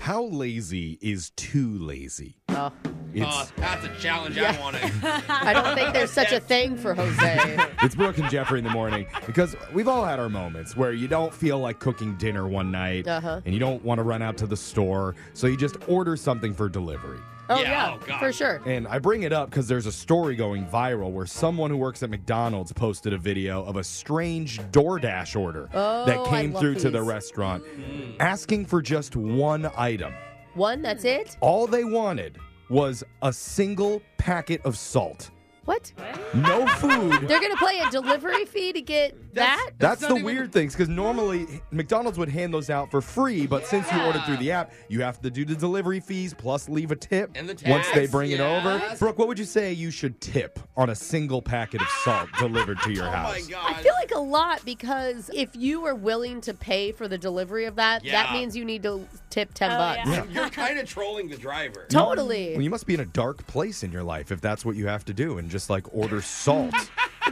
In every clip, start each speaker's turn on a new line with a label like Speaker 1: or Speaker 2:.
Speaker 1: How lazy is too lazy?
Speaker 2: Oh.
Speaker 1: It's,
Speaker 3: oh, that's a challenge I Oh want to.
Speaker 2: I don't think there's such a thing for Jose.
Speaker 1: it's Brooke and Jeffrey in the morning because we've all had our moments where you don't feel like cooking dinner one night
Speaker 2: Uh-huh.
Speaker 1: and you don't want to run out to the store, so you just order something for delivery.
Speaker 2: Oh,
Speaker 3: Yeah,
Speaker 2: yeah,
Speaker 3: oh, God.
Speaker 2: for sure.
Speaker 1: And I bring it up because there's a story going viral where someone who works at McDonald's posted a video of a strange DoorDash order that
Speaker 2: Oh, I
Speaker 1: came
Speaker 2: love
Speaker 1: through to the
Speaker 2: these.
Speaker 1: restaurant asking for just one item.
Speaker 2: One, that's it?
Speaker 1: All they wanted was a single packet of salt.
Speaker 2: What?
Speaker 1: No food.
Speaker 2: They're going to play a delivery fee to get
Speaker 3: That's-
Speaker 2: that?
Speaker 1: That's
Speaker 3: not
Speaker 1: the
Speaker 3: even-
Speaker 1: weird things because normally McDonald's would hand those out for free, but since you ordered through the app, you have to do the delivery fees plus leave a tip
Speaker 3: And the
Speaker 1: once they
Speaker 3: tax,
Speaker 1: bring it over.
Speaker 3: yes.
Speaker 1: Brooke, what would you say you should tip on a single packet of salt delivered to your
Speaker 3: Oh
Speaker 1: house?
Speaker 3: my god.
Speaker 2: I feel like a lot because if you are willing to pay for the delivery of that, that
Speaker 3: Yeah.
Speaker 2: means you need to tip 10
Speaker 4: Oh,
Speaker 2: bucks.
Speaker 4: yeah.
Speaker 3: You're kind of trolling the driver.
Speaker 2: Totally.
Speaker 1: Well, you must be in a dark place in your life if that's what you have to do and just like order salt.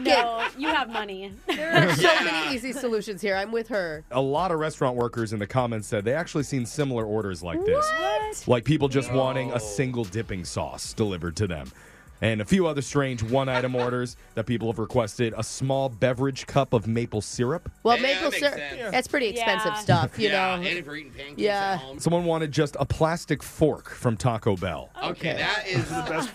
Speaker 4: No, you have money.
Speaker 2: There's so
Speaker 3: Yeah.
Speaker 2: many easy solutions here. I'm with her.
Speaker 1: a lot of restaurant workers in the comments said they actually seen similar orders like this. Like people just wanting a single dipping sauce delivered to them. And a few other strange one item orders that people have requested a small beverage cup of maple syrup.
Speaker 2: Well,
Speaker 3: Yeah, that
Speaker 2: maple
Speaker 3: makes
Speaker 2: syrup,
Speaker 3: sense.
Speaker 2: that's pretty expensive
Speaker 4: Yeah.
Speaker 2: stuff, you
Speaker 3: yeah,
Speaker 2: know.
Speaker 3: and if you're eating pancakes
Speaker 2: Yeah.
Speaker 3: at home.
Speaker 1: Someone wanted just a plastic fork from Taco Bell.
Speaker 3: Okay, that is the Oh, best.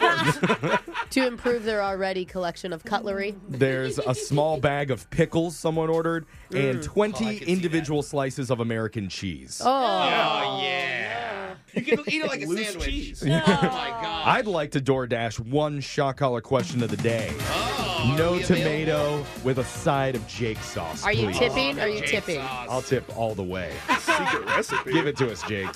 Speaker 2: to improve their already collection of cutlery.
Speaker 1: There's a small bag of pickles someone ordered and 20
Speaker 3: Oh, I can see that.
Speaker 1: individual slices of American cheese.
Speaker 2: Oh,
Speaker 3: Oh yeah. You can eat it like a
Speaker 5: Loose
Speaker 3: sandwich.
Speaker 5: cheese.
Speaker 3: Oh my god.
Speaker 1: I'd like to DoorDash one shot collar question of the day.
Speaker 3: Oh,
Speaker 1: No
Speaker 3: are we available?
Speaker 1: tomato with a side of Jake sauce.
Speaker 2: are you
Speaker 1: please.
Speaker 2: tipping? Are you
Speaker 3: Jake
Speaker 2: tipping?
Speaker 3: sauce.
Speaker 1: I'll tip all the way.
Speaker 5: Secret recipe.
Speaker 1: Give it to us, Jake.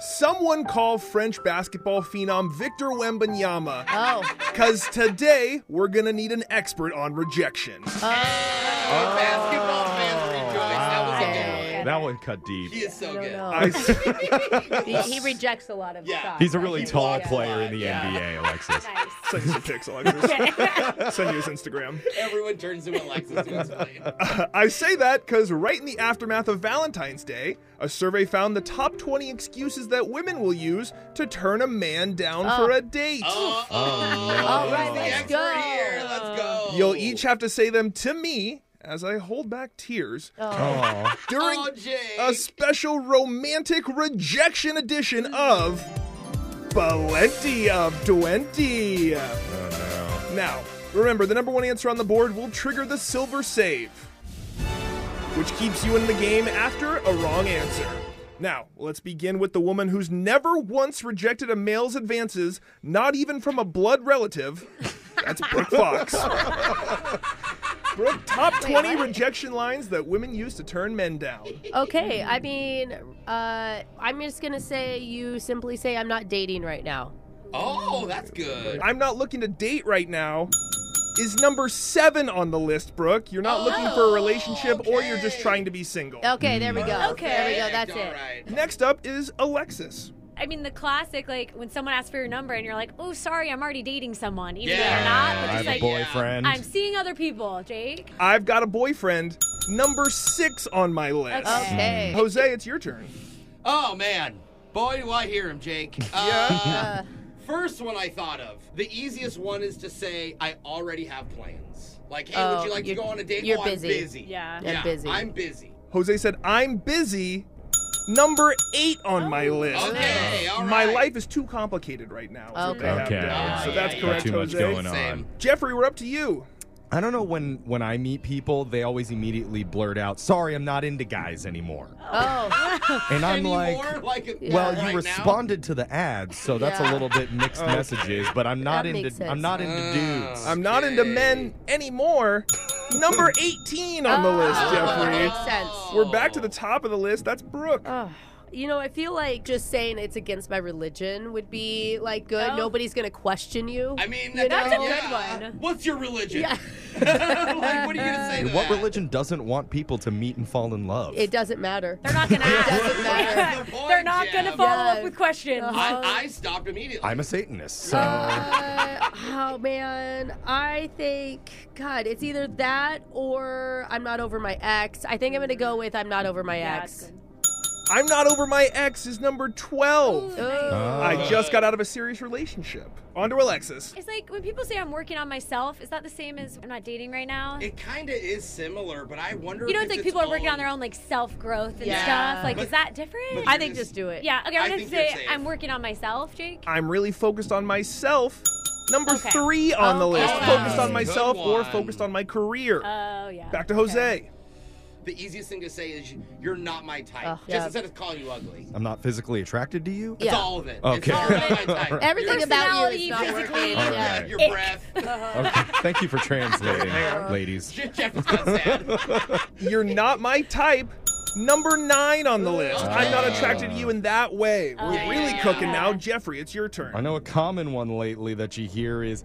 Speaker 5: Someone call French basketball phenom Victor Wembanyama,
Speaker 2: Oh,
Speaker 5: because today we're gonna need an expert on rejection.
Speaker 1: Uh.
Speaker 3: Basketball fans rejoice. That was a good one.
Speaker 2: okay.
Speaker 1: That one cut deep.
Speaker 3: He is so
Speaker 2: don't
Speaker 3: good.
Speaker 2: know.
Speaker 5: I s-
Speaker 2: He, he rejects a lot of
Speaker 3: Yeah.
Speaker 2: stuff.
Speaker 1: He's a really
Speaker 3: He
Speaker 1: tall
Speaker 3: blocks a
Speaker 1: player
Speaker 3: lot,
Speaker 1: in the
Speaker 3: yeah.
Speaker 1: NBA, Alexis.
Speaker 4: Nice.
Speaker 5: send you some pics, Alexis. send you his Instagram.
Speaker 3: Everyone turns to Alexis to explain.
Speaker 5: I say that because right in the aftermath of Valentine's Day, a survey found the top 20 excuses that women will use to turn a man down for
Speaker 1: Uh.
Speaker 5: a date.
Speaker 3: Oh,
Speaker 2: All right,
Speaker 3: the
Speaker 2: let's
Speaker 3: expert
Speaker 2: go.
Speaker 3: here. Let's go.
Speaker 5: You'll each have to say them to me as I hold back tears
Speaker 1: Oh,
Speaker 5: during
Speaker 3: Oh, Jake.
Speaker 5: a special romantic rejection edition of Valenti of 20. Now, remember, the number one answer on the board will trigger the silver save, which keeps you in the game after a wrong answer. Now, let's begin with the woman who's never once rejected a male's advances, not even from a blood relative. That's Brooke Fox. Brooke, top 20
Speaker 2: what?
Speaker 5: rejection lines that women use to turn men down.
Speaker 2: Okay, I mean, uh, I'm just gonna say you simply say I'm not dating right now.
Speaker 3: Oh, that's good.
Speaker 5: I'm not looking to date right now is number seven on the list, Brooke. You're not looking for a relationship or you're just
Speaker 3: Oh, okay.
Speaker 5: trying to be single.
Speaker 2: Okay, there we go.
Speaker 4: Mm. Okay.
Speaker 2: there we go. That's
Speaker 3: All
Speaker 2: it.
Speaker 3: right.
Speaker 5: Next up is Alexis.
Speaker 4: I mean, the classic, like when someone asks for your number and you're like, oh, sorry, I'm already dating someone.
Speaker 3: Yeah.
Speaker 4: Even though you're not,
Speaker 1: I
Speaker 4: but
Speaker 1: have
Speaker 4: just
Speaker 1: a
Speaker 4: like,
Speaker 1: boyfriend.
Speaker 4: I'm seeing other people, Jake.
Speaker 5: I've got a boyfriend, number six on my list.
Speaker 4: Okay.
Speaker 2: Okay.
Speaker 5: Jose, it's your turn.
Speaker 3: Oh man, boy, do I hear him, Jake. Uh, first one I thought of. The easiest one is to say I already have plans. Like, hey,
Speaker 2: Oh,
Speaker 3: would you like to
Speaker 2: you're-
Speaker 3: go on a date?
Speaker 2: you're
Speaker 3: oh,
Speaker 2: busy.
Speaker 3: I'm busy.
Speaker 4: Yeah. I'm
Speaker 2: busy.
Speaker 3: I'm busy.
Speaker 5: Jose said, I'm busy, number eight on my list.
Speaker 3: Oh, Okay, all right.
Speaker 5: My life is too complicated right now. is what they have
Speaker 1: Okay.
Speaker 5: down. Oh, So
Speaker 3: Yeah,
Speaker 5: that's
Speaker 3: yeah,
Speaker 5: correct,
Speaker 1: too much
Speaker 5: Jose.
Speaker 1: going on.
Speaker 3: Same.
Speaker 5: Jeffrey, we're up to you.
Speaker 1: I don't know when when I meet people, they always immediately blurt out, "Sorry, I'm not into guys anymore,"
Speaker 2: Oh,
Speaker 1: and I'm
Speaker 3: Anymore?
Speaker 1: like.
Speaker 3: Like,
Speaker 1: Well,
Speaker 3: right
Speaker 1: you
Speaker 3: now?
Speaker 1: responded to the ads, so that's a
Speaker 2: Yeah.
Speaker 1: little bit mixed messages. But I'm not
Speaker 2: That
Speaker 1: into
Speaker 2: makes sense.
Speaker 1: I'm not into dudes.
Speaker 5: I'm not into men anymore. Number 18 on the list,
Speaker 2: Oh,
Speaker 5: Jeffrey.
Speaker 2: makes
Speaker 3: Oh.
Speaker 2: sense.
Speaker 5: We're back to the top of the list. That's Brooke.
Speaker 2: Oh. you know, I feel like just saying it's against my religion would be like good.
Speaker 4: Oh.
Speaker 2: Nobody's gonna question you.
Speaker 3: I mean, uh,
Speaker 4: that's a good
Speaker 3: yeah.
Speaker 4: one.
Speaker 3: What's your religion?
Speaker 2: Yeah.
Speaker 3: like, what are you gonna say?
Speaker 1: And
Speaker 3: to
Speaker 1: what
Speaker 3: that?
Speaker 1: religion doesn't want people to meet and fall in love?
Speaker 2: it doesn't matter.
Speaker 4: They're not going to ask.
Speaker 2: doesn't matter.
Speaker 3: Good point,
Speaker 4: They're not going
Speaker 3: Jeff.
Speaker 4: to follow
Speaker 2: Yeah.
Speaker 4: up with questions.
Speaker 2: Oh.
Speaker 3: I, I stopped immediately.
Speaker 1: I'm a Satanist, so
Speaker 2: Uh, oh man, I think God, it's either that or I'm not over my ex. I think I'm gonna go with I'm not over my
Speaker 4: Yeah,
Speaker 2: ex.
Speaker 4: it's good.
Speaker 5: I'm not over my ex is number 12.
Speaker 2: Oh.
Speaker 1: Ah.
Speaker 5: I just got out of a serious relationship. On to Alexis.
Speaker 4: It's like when people say I'm working on myself, is that the same as I'm not dating right now?
Speaker 3: It kind of is similar, but I wonder.
Speaker 4: you know,
Speaker 3: if
Speaker 4: it's like
Speaker 3: its
Speaker 4: people are working on their
Speaker 3: own.
Speaker 4: own like self growth and
Speaker 2: Yeah.
Speaker 4: stuff. Like,
Speaker 3: But-
Speaker 4: is that different?
Speaker 3: but-
Speaker 2: I think just do it.
Speaker 4: yeah. Okay,
Speaker 3: I
Speaker 4: I'm gonna
Speaker 3: think you're
Speaker 4: say
Speaker 3: safe.
Speaker 4: I'm working on myself, Jake.
Speaker 5: I'm really focused on myself. Number
Speaker 4: Okay.
Speaker 5: three on the
Speaker 2: Okay.
Speaker 5: list. Focused on
Speaker 3: Good
Speaker 5: myself or
Speaker 3: one.
Speaker 5: focused on my career.
Speaker 4: Oh yeah.
Speaker 5: Back to
Speaker 4: Okay.
Speaker 5: Jose.
Speaker 3: The easiest thing to say is you're not my type.
Speaker 2: Ugh,
Speaker 3: Just
Speaker 2: yeah.
Speaker 3: instead of calling you ugly.
Speaker 1: I'm not physically attracted to you.
Speaker 3: It's
Speaker 2: Yeah.
Speaker 3: all of it. It's
Speaker 1: Okay.
Speaker 3: all not my type.
Speaker 2: Everything
Speaker 3: Your-
Speaker 2: about you is
Speaker 4: Personality,
Speaker 2: not working.
Speaker 4: physically,
Speaker 2: Yeah.
Speaker 1: Alright.
Speaker 3: your
Speaker 4: Ick.
Speaker 3: breath.
Speaker 1: Okay. Thank you for translating, ladies.
Speaker 3: Jeff is not sad.
Speaker 5: You're not my type. Number nine on the list. I'm not attracted to you in that way. We're
Speaker 4: yeah,
Speaker 5: really
Speaker 4: yeah,
Speaker 5: cooking
Speaker 4: yeah.
Speaker 5: now. Jeffrey, it's your turn.
Speaker 1: I know a common one lately that you hear is,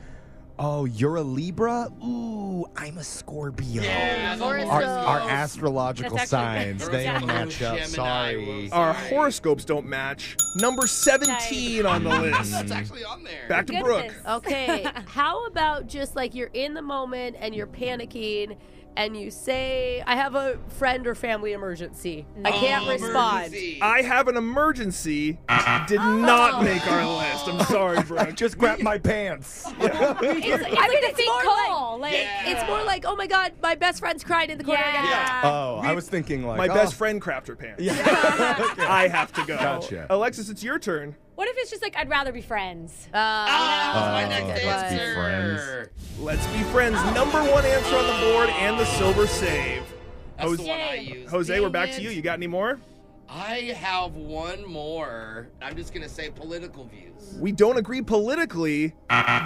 Speaker 1: "Oh, you're a Libra. Ooh, I'm a Scorpio.
Speaker 3: Yeah, that's
Speaker 2: Or
Speaker 3: all-
Speaker 1: Our,
Speaker 2: So-
Speaker 1: our astrological
Speaker 4: That's actually-
Speaker 1: signs they don't
Speaker 3: Virgo,
Speaker 1: match up.
Speaker 3: Gemini,
Speaker 1: Sorry.
Speaker 3: Rose.
Speaker 5: Our horoscopes don't match. Number 17 on the list.
Speaker 3: That's actually on there.
Speaker 5: Back to Brooke.
Speaker 4: Goodness.
Speaker 2: Okay. How about just like you're in the moment and you're panicking and you say, I have a friend or family emergency. I can't
Speaker 3: Oh,
Speaker 2: respond.
Speaker 3: emergency.
Speaker 5: I have an emergency. Did not make our list. I'm sorry, Brooke.
Speaker 1: Just grab my pants.
Speaker 4: It's, it's like
Speaker 2: mean,
Speaker 4: a
Speaker 2: it's
Speaker 4: big
Speaker 2: more
Speaker 4: call. Like,
Speaker 3: Yeah.
Speaker 2: It's more like, oh my God, my best friend's crying in the corner. I gotta go."
Speaker 4: yeah. Uh,
Speaker 1: Oh, I was thinking like
Speaker 5: My best
Speaker 1: oh,
Speaker 5: friend crapped her pants.
Speaker 1: Yeah. Okay.
Speaker 5: I have to go.
Speaker 1: Gotcha.
Speaker 5: Alexis, it's your turn.
Speaker 4: What if it's just like I'd rather be friends?
Speaker 2: Uh,
Speaker 3: Ah, Oh, my
Speaker 1: Oh,
Speaker 3: next
Speaker 2: let's be
Speaker 3: answer.
Speaker 1: friends.
Speaker 5: Let's be friends. Number one answer on the board and the silver save.
Speaker 3: That's the one I
Speaker 4: Jose.
Speaker 3: use.
Speaker 5: Jose, we're back
Speaker 3: Dang
Speaker 5: to you.
Speaker 3: it.
Speaker 5: You got any more?
Speaker 3: I have one more. I'm just gonna say political views.
Speaker 5: We don't agree politically.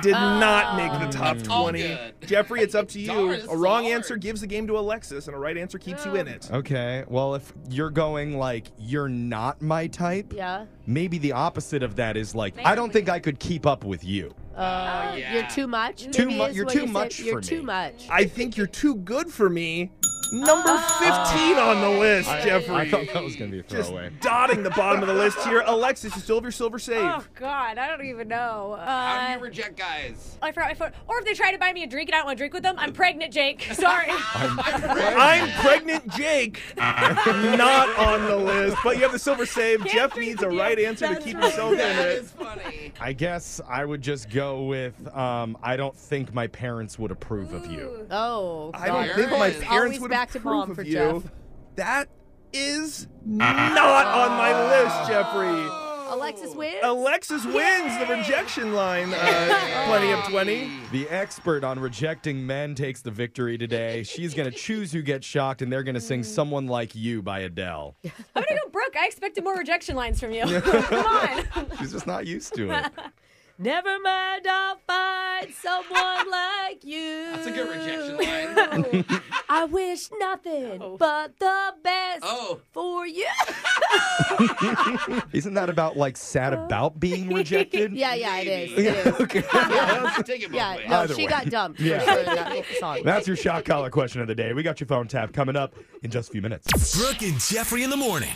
Speaker 5: Did not make the top
Speaker 3: All
Speaker 5: 20.
Speaker 3: good.
Speaker 5: Jeffrey, it's up to you.
Speaker 3: Darn, this
Speaker 5: a
Speaker 3: is
Speaker 5: wrong
Speaker 3: hard.
Speaker 5: answer gives the game to Alexis, and a right answer keeps you in it.
Speaker 1: Okay. Well, if you're going like you're not my type,
Speaker 2: yeah.
Speaker 1: maybe the opposite of that is like
Speaker 4: Maybe.
Speaker 1: I don't think I could keep up with you.
Speaker 2: Uh,
Speaker 3: Oh, yeah.
Speaker 2: You're too much.
Speaker 1: Too
Speaker 2: Maybe
Speaker 1: mu-
Speaker 2: is
Speaker 1: you're
Speaker 2: what
Speaker 1: too
Speaker 2: you said.
Speaker 1: much
Speaker 2: You're
Speaker 1: for
Speaker 2: too
Speaker 1: me.
Speaker 2: much.
Speaker 5: I think you're too good for me. Number 15 on the list, Jeffrey.
Speaker 1: I thought that was gonna be a
Speaker 5: Just
Speaker 1: throwaway.
Speaker 5: dotting the bottom of the list here. Alexis, you still have your silver save.
Speaker 4: Oh God, I don't even know. Uh,
Speaker 3: How do you reject guys?
Speaker 4: I forgot my phone. Or if they try to buy me a drink and I don't want to drink with them, I'm pregnant, Jake. Sorry.
Speaker 5: I'm pregnant, Jake. Not on the list, but you have the silver save. Jeff
Speaker 4: drink
Speaker 5: needs a
Speaker 4: with you.
Speaker 5: right answer to
Speaker 4: That's
Speaker 5: keep
Speaker 4: right.
Speaker 5: yourself in
Speaker 3: That
Speaker 5: it.
Speaker 3: is funny.
Speaker 1: I guess I would just go with um, I don't think my parents would approve of you.
Speaker 2: oh,
Speaker 5: I don't
Speaker 2: God.
Speaker 5: think my
Speaker 3: Always
Speaker 5: parents would
Speaker 2: back to
Speaker 5: approve
Speaker 2: mom
Speaker 5: of
Speaker 2: for
Speaker 5: you.
Speaker 2: Jeff.
Speaker 5: That is not on my list, Jeffrey.
Speaker 2: Alexis wins.
Speaker 5: Alexis wins the rejection line. Uh, plenty of twenty.
Speaker 1: The expert on rejecting men takes the victory today. She's gonna choose who gets shocked, and they're gonna sing "Someone Like You" by Adele.
Speaker 4: I'm gonna go Brooke. I expected more rejection lines from you. Come on.
Speaker 1: She's just not used to it.
Speaker 2: Never mind, I'll find someone like you.
Speaker 3: That's a good rejection line.
Speaker 2: I wish nothing but the best
Speaker 3: Oh.
Speaker 2: for you.
Speaker 1: Isn't that about like sad about being rejected?
Speaker 2: yeah, yeah, it is.
Speaker 3: Maybe.
Speaker 2: It is.
Speaker 3: Take it both
Speaker 2: Yeah,
Speaker 3: ways.
Speaker 2: no,
Speaker 1: Either
Speaker 2: she
Speaker 1: way.
Speaker 2: got dumped.
Speaker 1: Yeah.
Speaker 2: Yeah. For sure, in that whole song.
Speaker 1: That's your shock collar question of the day. We got your phone tap coming up in just a few minutes.
Speaker 6: Brooke and Jeffrey in the morning.